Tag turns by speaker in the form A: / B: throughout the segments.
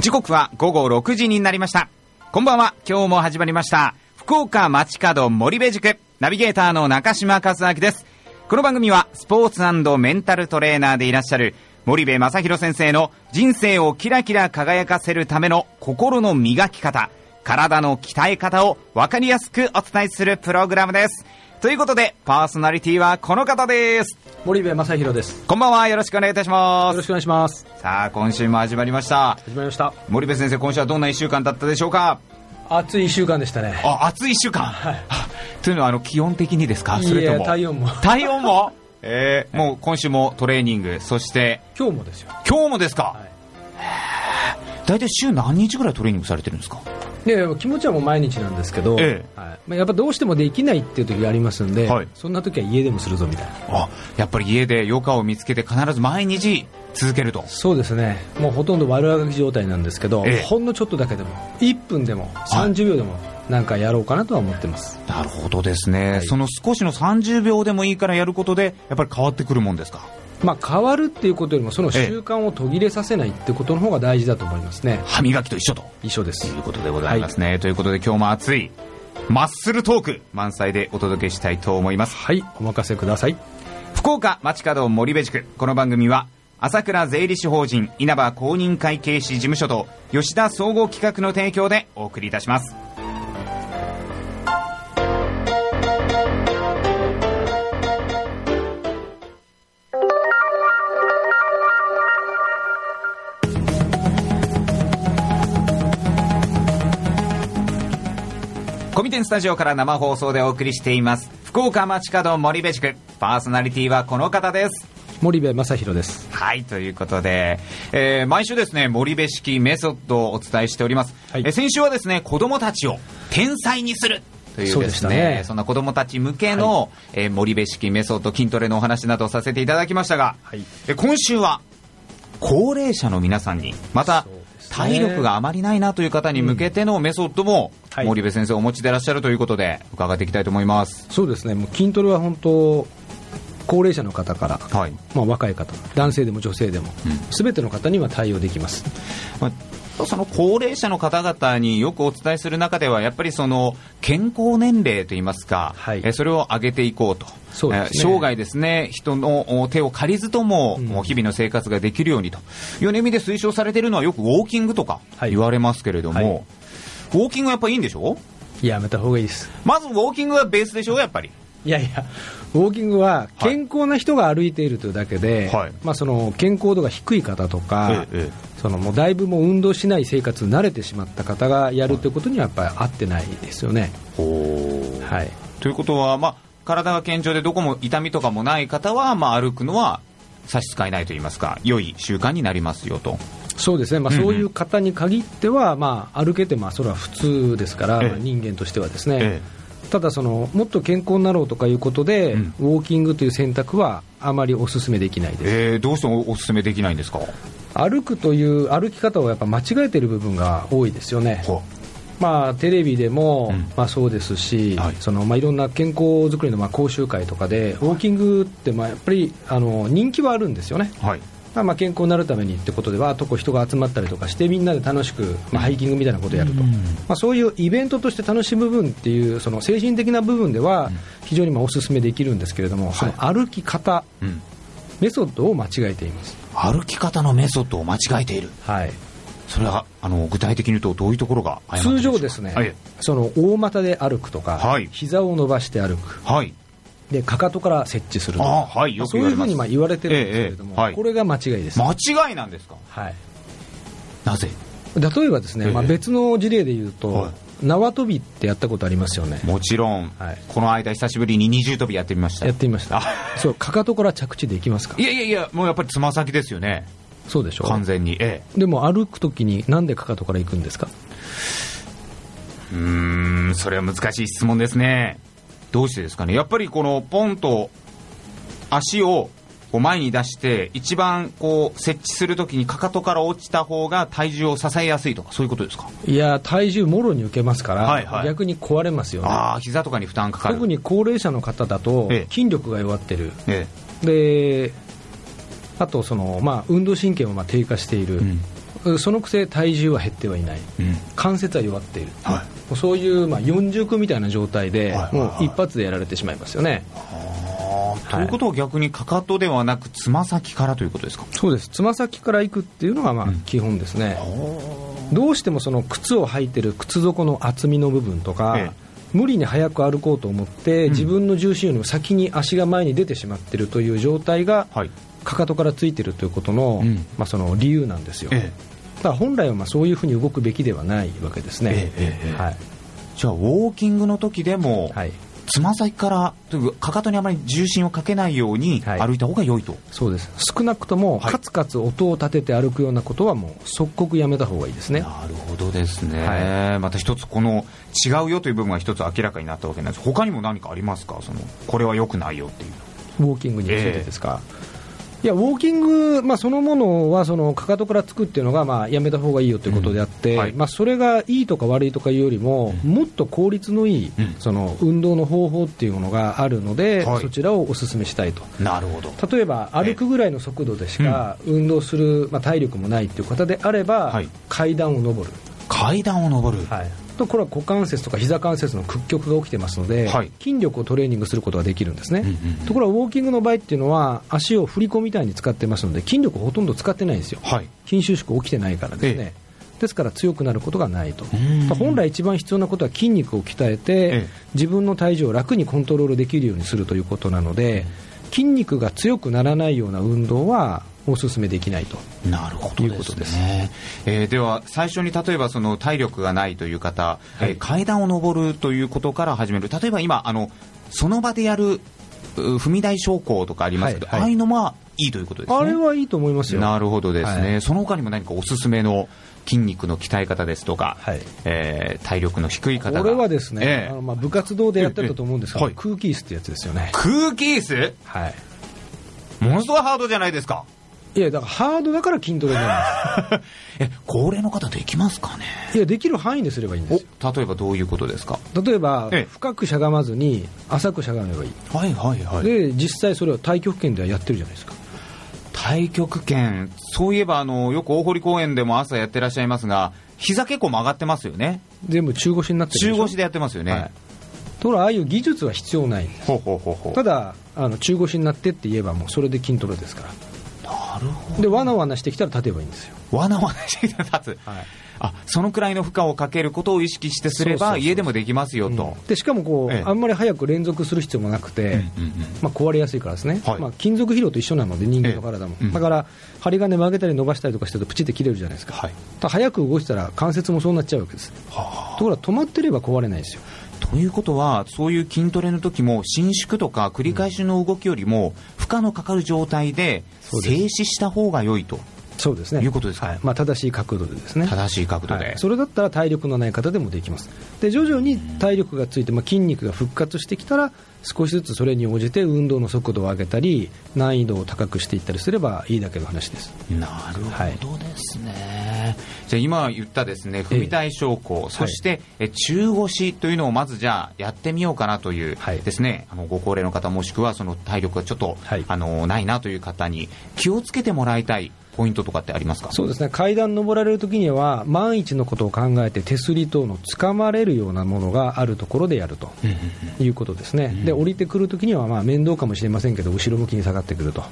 A: 時刻は午後6時になりましたこんばんは今日も始まりました福岡町角森部塾ナビゲーターの中島和明ですこの番組はスポーツメンタルトレーナーでいらっしゃる森部正弘先生の人生をキラキラ輝かせるための心の磨き方体の鍛え方を分かりやすくお伝えするプログラムですということでパーソナリティはこの方です
B: 森部正弘です。
A: こんばんはよろしくお願いいたし
B: よ
A: ま
B: ろし
A: す
B: くお願いします。
A: さあ今週も始まりました
B: 始まりました。
A: 森部先生今週はどんな1週間だったでしょうか
B: 暑い一週間でしたね。
A: あ暑い1週間、あというのはあの気温的にですか
B: いいえ
A: それとも
B: 体温も
A: 体温 もえーもう今週もトレーニングそして
B: 今日もですよ。
A: 今日もですか、
B: はい
A: 大体週何日ぐらいトレーニングされてるんですか
B: いやいや気持ちはもう毎日なんですけど、
A: え
B: はいまあ、やっぱどうしてもできないっていう時がありますんで、
A: はい
B: そんな時は家でもするぞみたいな。
A: あやっぱり家で余暇を見つけて必ず毎日続けると
B: そうですね。もうほとんど悪あがき状態なんですけど、
A: ええ
B: ほんのちょっとだけでも、1分でも、30秒でも、なんかやろうかなとは思ってます。
A: なるほどですね、
B: い
A: その少しの30秒でもいいからやることでやっぱり変わってくるもんですか
B: まあ、変わるっていうことよりも、その習慣を途切れさせないってことの方が大事だと思いますね。
A: 歯磨きと一緒と
B: 一緒で
A: と
B: す
A: いう。ことでございますね、ということで今日も熱いマッスルトーク満載でお届けしたいと思います
B: はい、お任せください。
A: 福岡町角森部塾この番組は朝倉税理士法人稲葉公認会計士事務所と吉田総合企画の提供でお送りいたしますコミテンスタジオから生放送でお送りしています福岡町角森部塾パーソナリティはこの方です
B: 森部正弘です。
A: はい、ということで、えー毎週ですね、森部式メソッドをお伝えしております。
B: はい
A: えー先週はですね、子供たちを天才にするという
B: そう
A: で
B: ですした
A: ね、そ
B: ね
A: んな子供たち向けの、えー森部式メソッド、筋トレのお話などをさせていただきましたが、
B: はい
A: えー今週は、高齢者の皆さんに、また、
B: そうですね
A: 体力があまりないなという方に向けてのメソッドも、
B: はい
A: 森部先生お持ちでいらっしゃるということで、伺っていきたいと思います。
B: そうですね、もう筋トレは本当、高齢者の方から、
A: はい。
B: まあ、若い方、男性でも女性でも、すべ、ての方には対応できます、
A: まあ、その高齢者の方々によくお伝えする中では、やっぱりその健康年齢といいますか、
B: はい
A: えそれを上げていこうと、
B: そうです
A: え
B: ね
A: 生涯ですね、人のお手を借りずとも、
B: うん
A: もう日々の生活ができるようにという意味で推奨されているのは、よくウォーキングとか
B: はい
A: 言われますけれども、
B: はい
A: ウォーキングはやっぱいいんでしょ
B: やめた方がいいです、
A: まずウォーキングがベースでしょ、やっぱり。
B: いやいや、ウォーキングは
A: はい
B: 健康な人が歩いているというだけで、
A: はい
B: まあ、その健康度が低い方とか、
A: えええ
B: そのもうだいぶもう運動しない生活に慣れてしまった方がやるということにはやっぱり合ってないですよね。はい
A: ということは、まあ、体が健常でどこも痛みとかもない方は、まあ、歩くのは差し支えないといいますか、良い習慣になりますよと。
B: そうですね、まあ、
A: うんうん
B: そういう方に限っては、まあ、歩けて、まあ、それは普通ですから、
A: ええ
B: まあ人間としてはです
A: え
B: ね、ただその、もっと健康になろうとかいうことで、
A: うん
B: ウォーキングという選択はあまりお勧めできないです、
A: えーどうしておお勧めできないんですか、
B: 歩くという歩き方をやっぱ間違えている部分が多いですよね、まあ、テレビでも、
A: うん
B: まあ、そうですし、
A: はい
B: いそのまあ、いろんな健康づくりのまあ講習会とかで、ウォーキングってまあやっぱりあの人気はあるんですよね。
A: はい
B: まあ、まあ健康になるためにってことでは、とこ人が集まったりとかして、みんなで楽しく、まあ、ハイキングみたいなことをやると、
A: うん
B: まあ、そういうイベントとして楽しむ部分っていう、その精神的な部分では、非常にまあお勧めできるんですけれども、その歩き方、
A: うん、
B: メソッドを間違えています。
A: 歩き方のメソッドを間違えている、
B: はい、
A: それはあの具体的に言うと、どういうところが誤ってるん
B: 通
A: しょう
B: 常ですね、
A: はい、
B: その大股で歩くとか、
A: はい
B: 膝を伸ばして歩く
A: はい、
B: で、かかとから設置すると
A: あ
B: か、
A: はい、よく
B: そう
A: 言わ
B: い
A: れ
B: うふう
A: ます
B: にまあ言われてるんですけれども、
A: ええええはい
B: これが間違いです。
A: 間違いなんですか、
B: はい
A: なぜ、
B: 例えばですね、
A: ええ
B: まあ、別の事例で言うと、
A: は
B: 縄跳びってやったことありますよね、
A: もちろん、
B: はい
A: この間、久しぶりに二重跳びやってみました
B: やっ。てみました
A: あ
B: そうかかとから着地できますか
A: いやいやいや、もうやっぱりつま先ですよね、
B: そうでしょ
A: 完全に、え
B: でも歩くときになんでかかとから行くんですか
A: え、うーん、それは難しい質問ですね、どうしてですかね、やっぱりこのポンと足をこう前に出して、一番こう設置するときにかかとから落ちた方が体重を支えやすいとか、そういうことですか、
B: いや体重もろに受けますから、
A: はいはい
B: 逆に壊れますよね
A: ああ、膝とかに負担かかる、
B: 特に高齢者の方だと
A: ええ
B: 筋力が弱ってる
A: え
B: であとその、まあ、運動神経もまあ低下している、
A: えうん
B: そのくせ体重は減ってはいない、
A: うん
B: 関節は弱っている、
A: は
B: もうそういう、まあ、四重苦みたいな状態で、
A: はい
B: もう一発でやられてしまいますよね、
A: い、ということは逆にかかとではなくつま先からということですか
B: そうですつま先から行くっていうのがまあ基本ですね、どうしてもその靴を履いてる靴底の厚みの部分とか、
A: ええ
B: 無理に早く歩こうと思って、自分の重心よりも先に足が前に出てしまってるという状態が、
A: はい
B: かかとからついてるということの,、
A: うん
B: まあその理由なんですよ、
A: え
B: だから本来はまあそういうふうに動くべきではないわけですね、
A: えええええ
B: はい
A: じゃあウォーキングの時でも
B: はい、
A: つま先からというかかかとにあまり重心をかけないように
B: はい
A: 歩いた方が良いと、
B: そうです少なくとも
A: はい
B: カツカツ音を立てて歩くようなことはもう即刻やめた方がいいですね、
A: なるほどですね、
B: は
A: また一つこの違うよという部分が一つ明らかになったわけなんです他にも何かありますかそのこれは良くないよっていう
B: ウォーキングについてですか、いやウォーキング、まあ、そのものはそのかかとからつくっていうのがまあやめた方がいいよということであって、
A: うんはい
B: まあ、それがいいとか悪いとかいうよりも、もっと効率のいい
A: うん
B: その運動の方法っていうものがあるので、
A: はい
B: そちらをお勧めしたいと。
A: なるほど
B: 例えば歩くぐらいの速度でしか運動する、まあ、体力もないっていう方であれば、
A: はい
B: 階段を上る、
A: 階段を上る、
B: とこれは股関節とか膝関節の屈曲が起きてますので、
A: はい
B: 筋力をトレーニングすることができるんですね、
A: うんうんうん
B: ところがウォーキングの場合っていうのは足を振り子みたいに使ってますので筋力をほとんど使ってないんですよ
A: はい
B: 筋収縮起きてないからですね、ですから強くなることがないと
A: ん
B: 本来一番必要なことは筋肉を鍛えて、
A: え
B: 自分の体重を楽にコントロールできるようにするということなので筋肉が強くならないような運動はお勧めできないと
A: なるほど
B: いうことです
A: ねえーでは最初に例えばその体力がないという方、
B: は
A: え
B: い
A: ー階段を上るということから始める例えば今あのその場でやるう踏み台昇降とかありますけど、
B: はいはい
A: ああいうのはいいということですね
B: あれはいいと思いますよ
A: なるほどですね、
B: は
A: その他にも何かおすすめの筋肉の鍛え方ですとか、
B: はい
A: えー体力の低い方が
B: これはですね、
A: ええ
B: あのまあ部活動でやってたと思うんですけど、
A: ええええ
B: 空気椅子ってやつですよね、
A: 空気椅子
B: はい、
A: ものすごいハードじゃないです か
B: いや、だからハードだから筋トレになるん
A: え高齢の方できますかね
B: ですいや、できる範囲ですればいいんですよ。
A: お例えばどういうことですか
B: 例えば、
A: ええ
B: 深くしゃがまずに浅くしゃがめばいい、
A: はいはいは
B: で実際それを太極拳ではやってるじゃないですか、
A: 太極拳そういえばあのよく大堀公園でも朝やってらっしゃいますが膝結構曲がってますよね
B: 全部中腰になってる
A: 中
B: でしょ
A: 腰でやってますよね、
B: はいところがああいう技術は必要ないんです
A: ほうほうほうほう
B: ただあの中腰になってって言えばもうそれで筋トレですから
A: なるほ
B: でわなわなしてきたら立てばいいんですよ
A: どわなわなして 立つ、
B: はい
A: あそのくらいの負荷をかけることを意識してすれば
B: そうそうそうそう
A: 家でもできますよと、
B: でしかもこう、
A: ええ
B: あんまり早く連続する必要もなくて、
A: うんうん
B: まあ、壊れやすいからですね、
A: はい
B: まあ、金属疲労と一緒なので、人間の体も、
A: ええうん
B: だから針金曲げたり伸ばしたりとかしてると、プチって切れるじゃないですか、
A: はい
B: だから早く動いてたら、関節もそうなっちゃうわけです、ところが止まってれば壊れないですよ、
A: ということはそういう筋トレの時も伸縮とか繰り返しの動きよりも負荷のかかる状態で
B: そう
A: 静
B: です
A: 止した方が良いと
B: そうですね、
A: いうことですか
B: はいまあ、正しい角度でですね。
A: 正しい角度
B: は
A: で
B: い、それだったら体力のない方でもできます、で徐々に体力がついて、まあ、筋肉が復活してきたら、少しずつそれに応じて運動の速度を上げたり、難易度を高くしていったりすればいいだけの話です。
A: なるほどですね、じゃあ今言ったですね踏み台昇降、そして、え中腰というのをまずじゃあやってみようかなという、
B: はい
A: ですねあのご高齢の方もしくはその体力がちょっと、
B: はい
A: あのないなという方に気をつけてもらいたいポイントとかってありますか
B: そうですね階段登られるときには、万一のことを考えて、手すり等のつかまれるようなものがあるところでやると
A: うんうんうん
B: いうことですね、で降りてくるときには、まあ、面倒かもしれませんけど、後ろ向きに下がってくると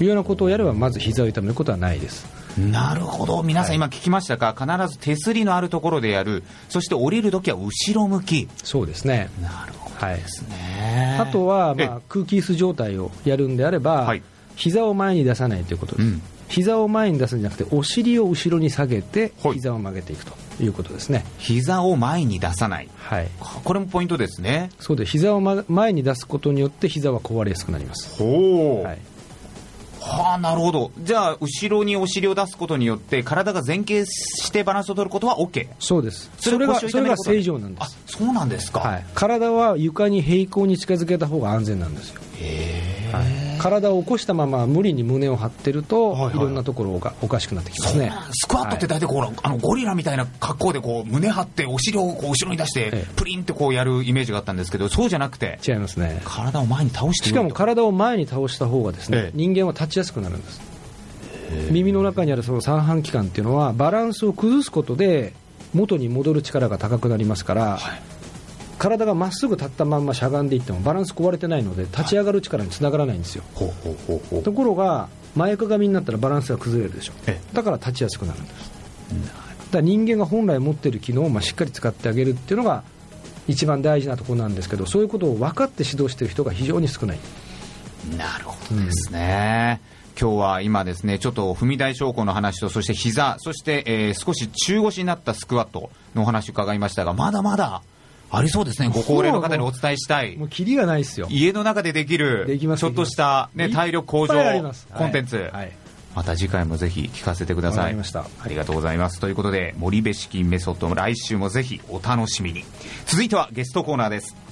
B: いうようなことをやれば、まず膝を痛めることはないです、
A: なるほど皆さん今聞きましたか、必ず手すりのあるところでやるそして降りるときは後ろ向き
B: そうですね、
A: なるほ
B: はい、
A: どね
B: あとは、
A: え
B: まあ、空気椅子状態をやるんであれば、
A: はい
B: 膝を前に出さないということです。
A: うん
B: 膝を前に出すんじゃなくてお尻を後ろに下げて
A: はい
B: 膝を曲げていくということですね、
A: 膝を前に出さない
B: はい、
A: これもポイントですね
B: そうで膝を、ま、前に出すことによって膝は壊れやすくなります、
A: ほう
B: はい、
A: はあなるほどじゃあ後ろにお尻を出すことによって体が前傾してバランスを取ることは OK
B: そうですそれが
A: 腰を痛
B: それ
A: める
B: が
A: ことは
B: 正常なんで
A: あ
B: す、
A: そうなんですか、
B: はい、体は床に平行に近づけた方が安全なんですよはい体を起こしたまま無理に胸を張ってると、
A: はい
B: い
A: はい
B: ろんなところがおかしくなってきま
A: そ
B: す
A: う
B: ね
A: なんスクワットって大体こう、あのゴリラみたいな格好でこう胸張ってお尻をこう後ろに出して、
B: ええ
A: プリンってこうやるイメージがあったんですけどそうじゃなくて
B: 違いますね
A: 体を前に倒して
B: しか
A: よ
B: も
A: いと
B: 体を前に倒した方がですね、
A: ええ
B: 人間は立ちやすくなるんです耳の中にあるその三半規管っていうのはバランスを崩すことで元に戻る力が高くなりますから、体がまっすぐ立ったまんましゃがんでいってもバランス壊れてないので立ち上がる力につながらないんですよ、
C: ほうほうほうほう
B: ところが前かがみになったらバランスが崩れるでしょ
C: え
B: だから立ちやすくなるんですだから人間が本来持っている機能をまあしっかり使ってあげるっていうのが一番大事なところなんですけどそういうことを分かって指導している人が非常に少ない
A: なるほどですね。今日は今ですね、ちょっと踏み台昇降の話と、そして膝、そして、えー少し中腰になったスクワットのお話伺いましたが、まだまだありそうですね、ご高齢の方にお伝えしたい
B: も。うキリがないですよ
A: 家の中でできる、
B: できます
A: ちょっとした、
B: で
A: ね、
B: きます
A: 体力向上
B: いっぱいあります
A: コンテンツ、
B: はいはい
A: また次回もぜひ聞かせてください
B: わかりました
A: ありがとうございますということで森部式メソッド来週もぜひお楽しみに続いてはゲストコーナーです